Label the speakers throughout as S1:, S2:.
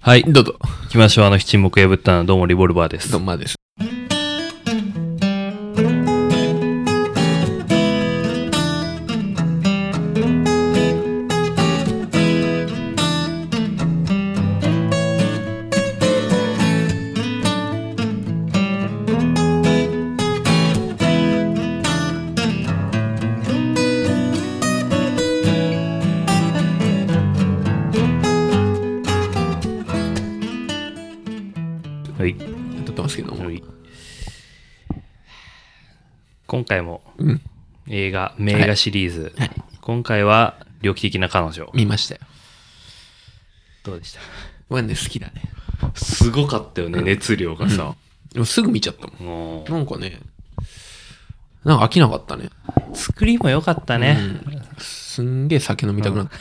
S1: はい。
S2: どうぞ。
S1: 行きましょう。あの、七目破ったの、どうもリボルバーです。
S2: どんまです。
S1: はい。
S2: 撮ってますけども。
S1: はい今回も
S2: うん。
S1: 映画、名画シリーズ。
S2: はい。
S1: 今回は、猟奇的な彼女。
S2: 見ましたよ。
S1: どうでした
S2: ワンで好きだね。
S1: すごかったよね、熱量がさ。
S2: でもすぐ見ちゃったもん。
S1: も
S2: なんかね、なんか飽きなかったね。
S1: う、作りも良かったね。
S2: すんげえ酒飲みたくなった。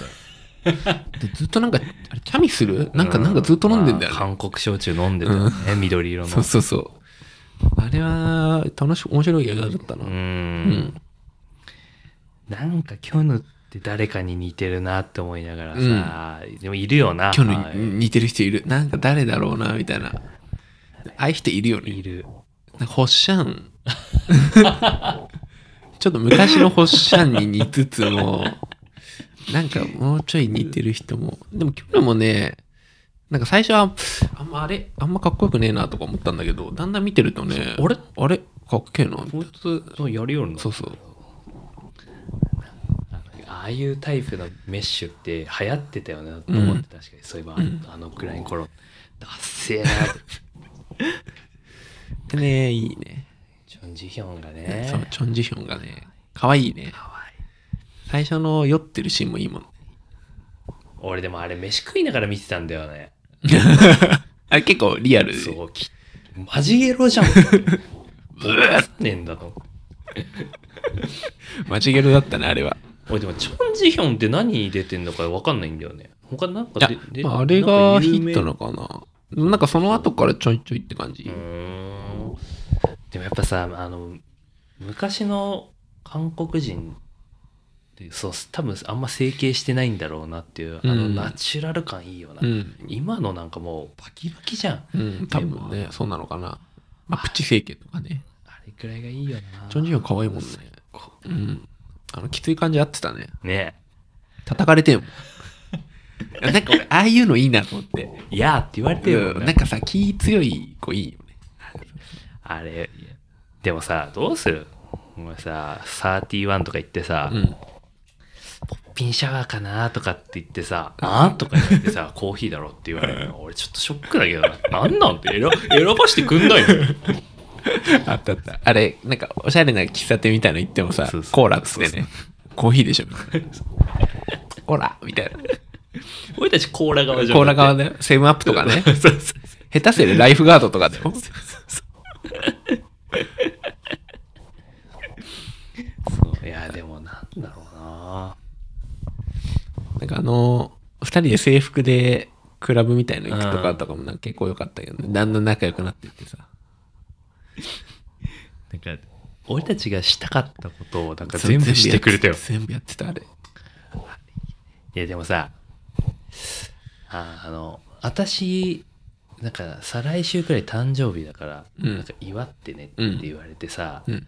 S2: でずっとなんか、あれ、チャミするなんか、なんかずっと飲んでんだよ
S1: ま
S2: ね
S1: あ。韓国焼酎飲んでたよね、緑色の。
S2: そうそうそう。あれは、楽し、面白い映画だったな。
S1: う
S2: う
S1: ー
S2: んん。
S1: なんかキョヌって誰かに似てるなって思いながらさ、でもいるよな。
S2: 今日
S1: はい
S2: の似てる人いる。なんか誰だろうな、みたいな。ああいう人いるよね
S1: い。る。
S2: なん か、ホッシャン。ちょっと昔のホッシャンに似つつも、なんかもうちょい似てる人も。でも去年もね、なんか最初は、あんまあれ、あんまかっこよくねえなとか思ったんだけど、だんだん見てるとね、
S1: そうあれ
S2: あれかっけえな。
S1: こいつ、そうやりよるの
S2: そうそう。
S1: ああいうタイプのメッシュって流行ってたよねと思って、確かにそういえば、あのくらいの頃ダッセーなって
S2: でね、いいね。
S1: チョン・ジヒョンが
S2: そう
S1: ね、
S2: チョン・ジヒョンがね、可愛いね。
S1: かわいい
S2: 最初の酔ってるシーンもいいもん。
S1: 俺でもあれ飯食いながら見てたんだよね
S2: あれ結構リアルで。
S1: そうきマジゲロじゃん ブーってねんだと
S2: 間違えるだったね、あれは。
S1: 俺でもチョン・ジヒョンって何に出てんのか分かんないんだよね他なん
S2: いや
S1: かで、で
S2: まあ、あれがヒット
S1: なんか
S2: のかな。なんかその後からちょいちょいって感じ
S1: 有。名うーんでもやっぱさあの昔の韓国人ってそう多分あんま整形してないんだろうなっていうあの
S2: うん
S1: ナチュラル感いいよな、
S2: うん。
S1: 今のなんかもうバキバキじゃん
S2: うん、多分ね、そうなのかな。まあ、プチ整形とかね。
S1: あれくらいがいいよな
S2: チョン・ジヒョン可愛いもんね。うん。あの、きつい感じ合ってたね。
S1: ね
S2: 叩かれてんもん。い やなんか俺、ああいうのいいなと思って。
S1: えいやーって言われてるもん
S2: うん
S1: ね
S2: なんかさ、気強い子いいよね。
S1: あれでもさどうするお前さ31とか言ってさ、
S2: うん。
S1: ポッピンシャワーかなとかって言ってさ、あーとか言ってさ、 コーヒーだろって言われるの。俺ちょっとショックだけどな。なんなんて選選ばしてくんないの
S2: あったあった。あれ、なんか、おしゃれな喫茶店みたいなの行ってもさ、
S1: そうそう
S2: コーラっつってね、コーヒー でしょ。コーラみたいな。
S1: 俺たちコーラ側じゃん。
S2: コーラ側だよ。セブンアップとかね。
S1: そうそうそう
S2: 下手すりゃライフガードとかだよ。
S1: そう。いや、でもなんだろうな。
S2: なんかあの、二人で制服でクラブみたいの行くとかとかもなんか結構良かったけどね。だんだん仲良くなってってさ。
S1: なんか、俺たちがしたかったことをなんか全部してくれたよ。
S2: 全部やってた、全部やって
S1: いや、でもさ、ああの、私、なんか、再来週くらい誕生日だから、
S2: うん
S1: なんか祝ってねって言われてさ、
S2: た、あれ。うん。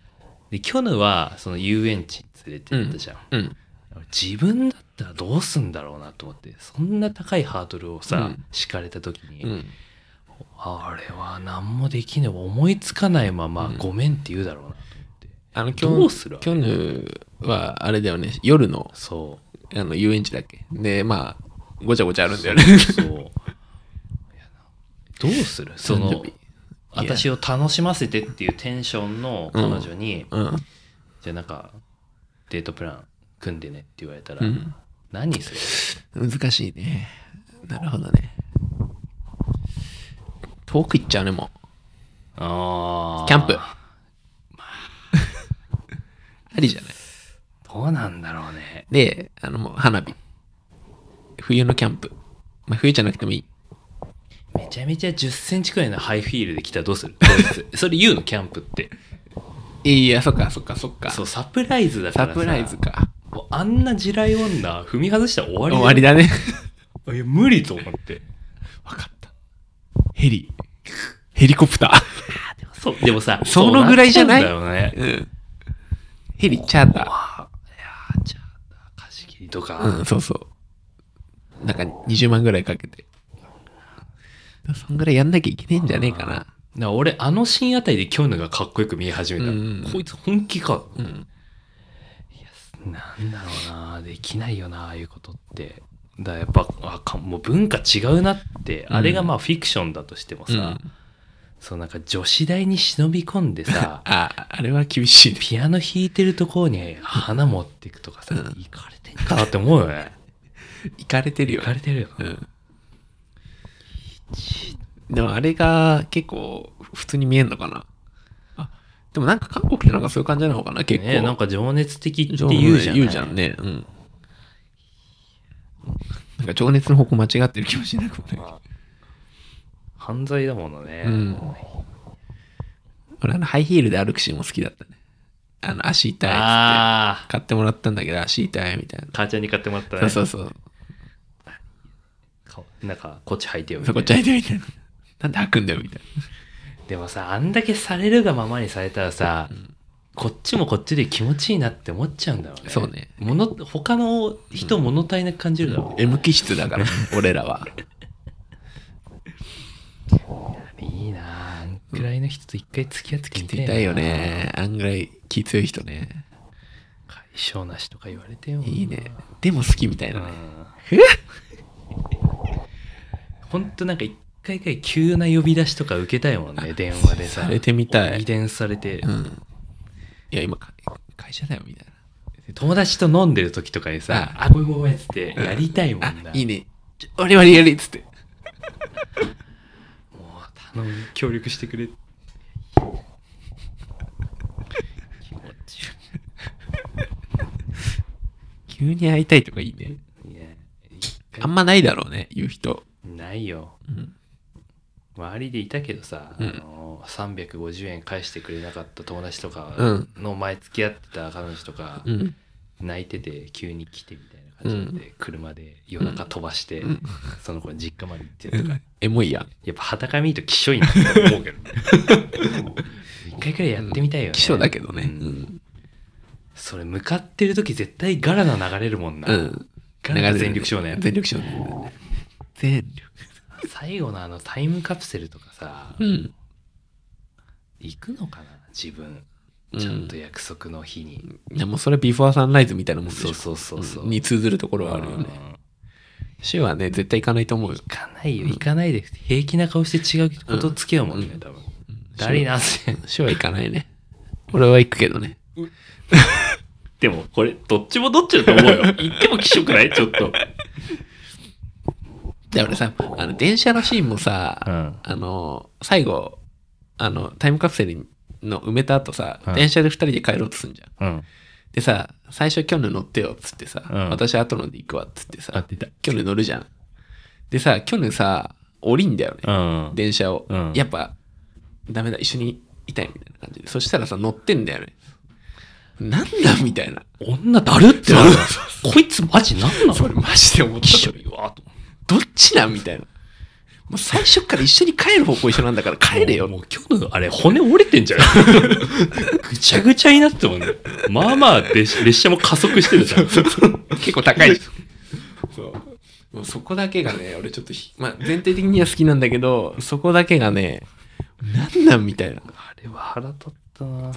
S1: で、キョヌは、その遊園地に連れてったじゃん。
S2: うん。
S1: 自分だったらどうすんだろうなと思って、そんな高いハードルをさ、
S2: うん
S1: 敷かれた時に、
S2: うん。
S1: あれは何もできない、思いつかないまま、ごめんって言うだろうなと思って。
S2: あの、キ
S1: どうする
S2: ョン、キョヌはあれだよね、夜の
S1: そ
S2: あの遊園地だっけ。で、まあ、ごちゃごちゃあるんだよ
S1: う。
S2: ね。
S1: そう。いやなどうするそ
S2: 誕
S1: の
S2: 生日、
S1: 私を楽しませてっていうテンションの彼女に、
S2: うん。
S1: じゃあなんか、デートプラン組んでねって言われたら、
S2: うん
S1: 何する
S2: 難しいね。なるほどね。遠く行っちゃうね、も
S1: あー
S2: う。キャンプ。 ありじゃない。
S1: どうなんだろうね。
S2: で、あの、もう花火。冬のキャンプ。まあ、冬じゃなくてもいい。
S1: めちゃめちゃ10センチくらいのハイヒールで来たらどう する当日それ言うの、キャンプって。
S2: いや、そっか、そっか、そっか。
S1: そ
S2: サ
S1: う、サプライズだからさ。
S2: プライズ。か。
S1: もうあんな地雷女踏み外したら終わり
S2: 終わり
S1: だ
S2: だね。
S1: よ。いや、無理と思って。
S2: わかった。ヘリ。ヘリコプタ
S1: そう、でもさ、
S2: そのぐらいじゃない
S1: そうっちうんだよね
S2: ー。。うん。ヘリ、チャーター。
S1: あいやーじゃあ、貸し切りとか、
S2: うん、そうそう。なんか20万ぐらいかけて。そんぐらいやんなきゃいけねえんじゃねえかな。
S1: な俺、あのシーンあたりで今日のがかっこよく見え始めた。
S2: うんうん
S1: こいつ本気か。
S2: うん。
S1: なんだろうなできないよなああいうことって。だからやっぱあかもう文化違うなって、
S2: うん
S1: あれがまあフィクションだとしてもさ、
S2: うん
S1: そうなんか女子大に忍び込ん でさ
S2: あ、あれは厳しいね。
S1: ピアノ弾いてるところに花持ってくとかさ、
S2: うん
S1: 行かれ てんかなって思うよね
S2: 行かれてる
S1: 行
S2: よ
S1: か。れてるよ
S2: うん。でもあれが結構普通に見えんのかな。あ、でもなんか韓国ってなんかそういう感じなのかな、結構。
S1: ねなんか情熱的って言うじゃん
S2: 言うじゃんね。うん。なんか情熱の方向間違ってる気もしなくもない。
S1: 犯罪だものね、
S2: うん俺あのハイヒールで歩くシーンも好きだったね。あの足痛いっつって
S1: ああ
S2: 買ってもらったんだけど足痛いみたいな。
S1: 母ちゃんに買ってもらったね
S2: そうそうそう。
S1: かなんかこっち履いてよみ
S2: そ
S1: たいな
S2: こちゃいてみたいな。なんで履くんだよみたい
S1: でもさあんだけされるがままにされたらさ、こっちもこっちで気持ちいいなって思っちゃうんだろうね
S2: な。そうね。
S1: もの他の人物足りなく感じるだろうね、
S2: M 気質だから、俺らは。
S1: いいなああんくらいの人と一回付き合ってき
S2: 聞い
S1: て
S2: ていたいよね。あんぐらい気強い人ね。
S1: 解消なしとか言われてよ
S2: いいね。でも好きみたいなね。
S1: うん ほんとなんか一回一回急な呼び出しとか受けたいもんね電話でさ
S2: されてみたい
S1: 遺伝されて、
S2: うん。いや、今、か会社だよみたい
S1: 友達と飲んでる時とかにさ「
S2: う
S1: あごめんごめん」っつってやりたいもん
S2: な。あ、
S1: な、
S2: いいね。ちょ俺割りやりっつって。
S1: もう頼む協力してくれ気持ちよ
S2: 急に会いたいとかいいね。
S1: いいね
S2: あんまないだろうね、言う人。
S1: ないよ
S2: うん。
S1: 周りでいたけどさ、
S2: うん
S1: あの350円返してくれなかった友達と
S2: う
S1: か
S2: ん
S1: の前付き合ってた彼女とか、
S2: うん。
S1: 泣いてて急に来てみたいな感じで、車で夜中飛ばして、
S2: うん
S1: その子の実家まで行ってとか、
S2: エモいやん。
S1: やっぱ裸見るときしょいなって思う けど一回くらいやってみたいよね
S2: 希少だけどね。う
S1: うん
S2: ん。
S1: それ向かってる時絶対ガラナ流れるもんな、
S2: うん。
S1: ガラナ全力少年
S2: 全力少年。全力。
S1: 最後のあのタイムカプセルとかさ
S2: うん。
S1: 行くのかな自分
S2: うん
S1: ちゃんと約束の日に、
S2: いやもうそれビフォーサンライズみたいなもんでしょ
S1: そうそうそうそう、
S2: に通ずるところはあるよね。
S1: うん
S2: シュはね、絶対行かないと思うよ。
S1: 行かないよ行かないで平気な顔して違うことつけようもんね、多分だりなせ
S2: シュは行かないね。俺は行くけどね。
S1: でもこれどっちもどっちだと思うよ 行ってもきしょくないちょっと
S2: で、俺さ、あの、電車のシーンもさ、
S1: うん
S2: あの、最後、あの、タイムカプセルの埋めた後さ、
S1: うん
S2: 電車で二人で帰ろうとすんじゃん。
S1: うん
S2: でさ、最初、キョヌ乗ってよっつってさ、
S1: うん
S2: 私後ので行くわっつってさ、
S1: 出た
S2: キョヌ乗るじゃん。でさ、キョヌさ、降りんだよね。
S1: うん
S2: 電車を、
S1: うん
S2: やっぱダメだ一緒にいたいみたいな感じでそしたらさ乗ってんだよねなんだみたいな
S1: 女だるってなるこいつマジなんなの
S2: それマジで思っ
S1: きしょ
S2: た
S1: いわと
S2: どっちなんみたいなもう最初から一緒に帰る方向一緒なんだから帰れよ
S1: もう今日のあれ骨折れてんじゃん ぐちゃぐちゃになってたもんねまあまあ列列車も加速してるじゃん
S2: 結構高いし そうもうそこだけがね俺ちょっとひ、まあ、全体的には好きなんだけどそこだけがねなんなんみたいな
S1: あれは腹立ったな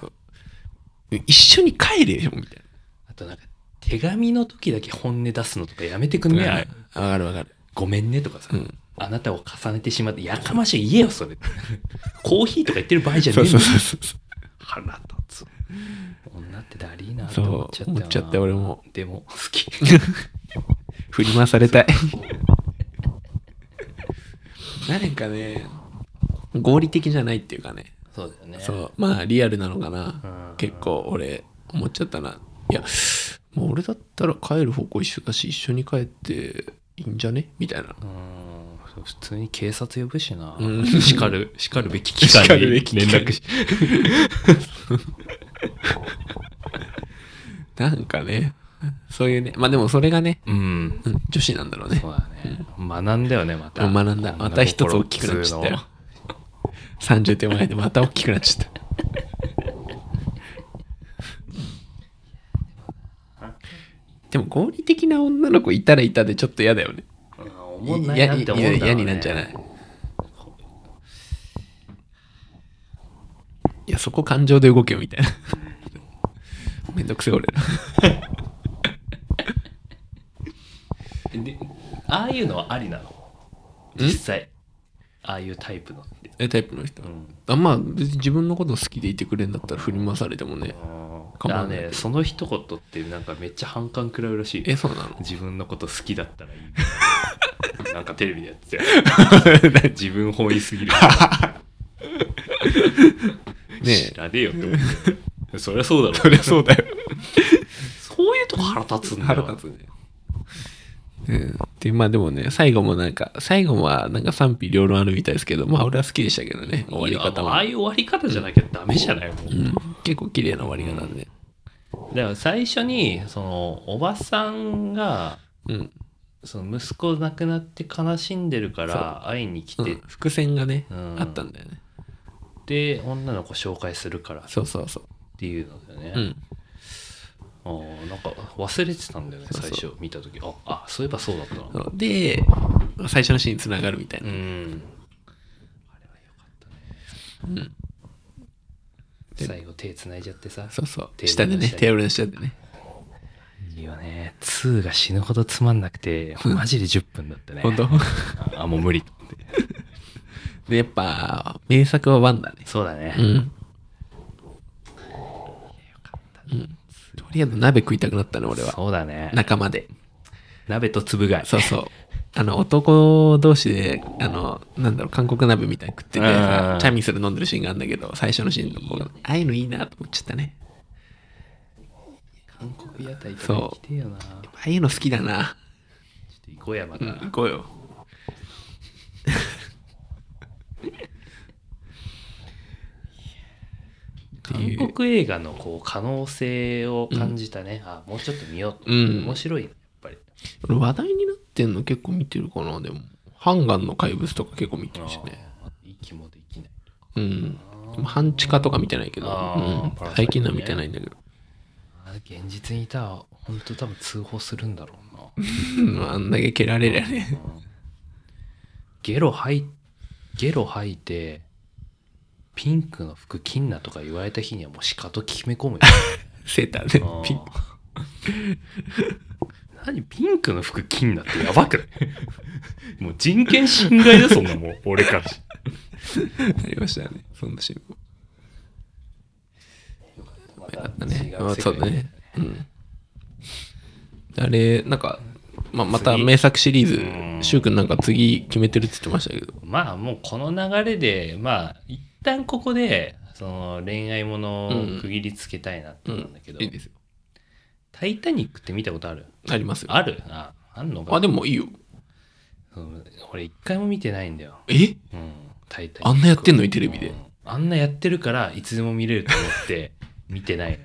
S2: 一緒に帰れよみたい
S1: あとなんか手紙の時だけ本音出すのとかやめてくんね、
S2: なわ、かるわかる
S1: ごめんねとかさ、
S2: うん
S1: あなたを重ねてしまってやかましい言え よそれコーヒーとか言ってる場合じゃねえんだよ
S2: そうそう
S1: 腹立つ女ってだりーなって
S2: そう
S1: 思っちゃったよ
S2: 思
S1: な
S2: っちゃって俺も
S1: でも好き
S2: 振り回されたい 何かね合理的じゃないっていうかね
S1: そうだよね
S2: そうまあリアルなのかな
S1: うん
S2: 結構俺思っちゃったないやもう俺だったら帰る方向一緒だし一緒に帰っていいんじゃねみたいな
S1: うーん普通に警察呼ぶしな、
S2: うん
S1: 叱る叱るべき機関
S2: 叱
S1: に
S2: るべき機
S1: 連
S2: 関
S1: 絡し
S2: なんかねそういうねまあでもそれがね、
S1: うん
S2: うん女子なんだろうね
S1: そうだね学んだよねまた
S2: 学んだまた一つ大きくなっちゃったよ
S1: 女心普通の
S2: 30手前でまた大きくなっちゃっ た。でも合理的な女の子いたらいたでちょっと嫌だよね。
S1: 思んないなって思うんだろう、ね、
S2: 嫌になんじゃないいや、そこ感情で動けよみたいな。 めんどく せえ俺ら。
S1: でああいうのはありなの実際ああいうタイプのって
S2: え、タイプの人
S1: う。ん
S2: あまあ、別に自分のこと好きでいてくれんだったら振り回されてもね。構
S1: だ
S2: わ
S1: か
S2: ない
S1: らねその一言ってなんかめっちゃ反感食らうらしい
S2: え、そうなの
S1: 自分のこと好きだったらいいなんかテレビでやってたよ
S2: ね
S1: 自分本位すぎる知らねえよって思ってそりゃそうだ
S2: そ
S1: ろ
S2: りゃそうだよ。
S1: そういうとこ腹立つんだ
S2: 腹
S1: よ
S2: 立つね。うん、でまあでもね最後もなんか最後はなんか賛否両論あるみたいですけどまあ俺は好きでしたけどね終わり
S1: いや
S2: 方
S1: もうああ
S2: は、
S1: いう終わり方じゃなきゃダメじゃないもう
S2: うん、結構綺麗な終わり方で、
S1: だから最初にそのおばさんが
S2: うん
S1: その息子亡くなって悲しんでるから会いに来
S2: う
S1: てっ
S2: ん、伏線がね、
S1: うん
S2: あったんだよね
S1: て女の子紹介するからっ
S2: そうそうそう
S1: ていうのだよね、
S2: うん
S1: あーなんか忘れてたんだよね
S2: そうそう
S1: 最初見た時ああそういえばそうだったな
S2: そうで最初のシーンにつながるみたいな、
S1: うん
S2: うん、で
S1: 最後手繋いじゃってさ
S2: そうそう
S1: テー
S2: 下で
S1: ブル
S2: ね
S1: の下に
S2: テーブルの下でね
S1: いいよね2が死ぬほどつまんなくてマジで10分だったね
S2: 本当
S1: あもう無理と思って
S2: でやっぱ名作はワンだね
S1: そうだね、
S2: うんよかった、うん、とりあえず鍋食いたくなったね俺は
S1: そうだね
S2: 仲間で
S1: 鍋とつぶ貝
S2: そうそう。あの、男同士で、あの、なんだろう、韓国鍋みたいに食ってて
S1: う
S2: さ
S1: ん、
S2: チャミスル飲んでるシーンがあるんだけど、最初のシーンの方が、ああいうのいいなと思っちゃったね。
S1: 韓国屋台とか
S2: そう
S1: 来てよなちょっ
S2: ああいうの好きだな。
S1: と行こうやまた、
S2: うん、行こうよ。いう
S1: 韓国映画のこう可能性を感じたね、あもうちょっと見よう、
S2: うん
S1: 面白いねやっぱり
S2: 俺話題になってんの結構見てるかな、でも。ハンガンの怪物とか結構見てるしね。
S1: あー息もできない
S2: うん。でも半地下とか見てないけど、
S1: あ
S2: う
S1: ー
S2: ん
S1: パラサイト
S2: 最
S1: ね
S2: 近のは見てないんだけど。
S1: あ現実にいたら本当多分通報するんだろうな
S2: うん、あんだけ蹴られりゃね。
S1: ゲロ吐いゲロ吐いてピンクの服着んなとか言われた日にはもうしかと決め込むよ
S2: セーターで
S1: あー
S2: ピン
S1: 何ピンクの服着んなってやばくない もう人権侵害だそんな もう俺からし
S2: ありましたよね。そんなシーンも。
S1: ま
S2: あったたね。
S1: 違う
S2: あ
S1: 世
S2: そ
S1: 界
S2: うだね。うん。あれ、なんか、まあ、また
S1: 次
S2: 名作シリ
S1: う
S2: ー
S1: ん
S2: ズ、シュウ君なんか次決めてるって言ってましたけど。
S1: まあもうこの流れでまあ一旦ここでその恋愛ものを区切りつけたいなって
S2: う
S1: 思うん
S2: ん
S1: だけど、。
S2: いいですよ。
S1: タイタニックって見たことある
S2: ありますよ。
S1: あるああんのか
S2: あ、でもいいよ。
S1: うん俺一回も見てないんだよ、
S2: え
S1: うん、タイタニック
S2: あんなやってんのにテレビで
S1: うん。あんなやってるからいつでも見れると思って見てない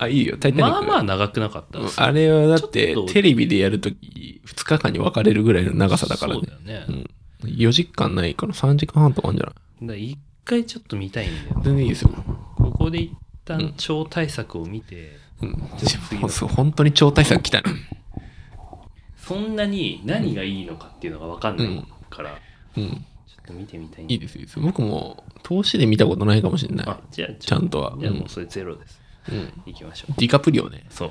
S2: あ、いいよ。タイタニッ
S1: まあ
S2: ク。
S1: まあ長くなかった
S2: うんあれはだって
S1: ちょっと
S2: テレビでやるとき2日間に分かれるぐらいの長さだから
S1: そう
S2: ね
S1: だよね、
S2: うん4時間ないから3時間半とかあるんじゃない
S1: だから一回ちょっと見たいんだよ
S2: 全然いいですよ、
S1: ここで一旦超大作を見て、
S2: うん
S1: ちょっと次、の
S2: そう本当に超大作来 たね
S1: そんなに何がいいのかっていうのが分かんないから、
S2: うん
S1: ちょっと見てみたいんだ
S2: いいですよいいですよ僕も投資で見たことないかもしれない
S1: あじゃあ
S2: ちゃんとは
S1: じゃあ
S2: うん
S1: もうそれゼロです、
S2: うん
S1: いきましょ
S2: ディカプリオね
S1: うそう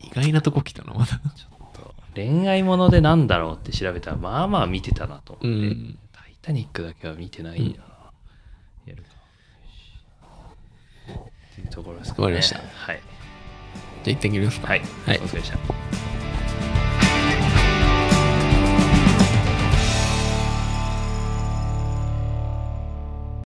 S2: 意外なとこ来たなまだ
S1: 恋愛ものでなんだろうって調べたらまあまあ見てたなと思って、
S2: うん
S1: タイタニックだけは見てないんだな、やるかっていうところですかね
S2: わかりました
S1: はい
S2: じゃあ一旦切りますか
S1: はい、
S2: はい
S1: お疲れ様でした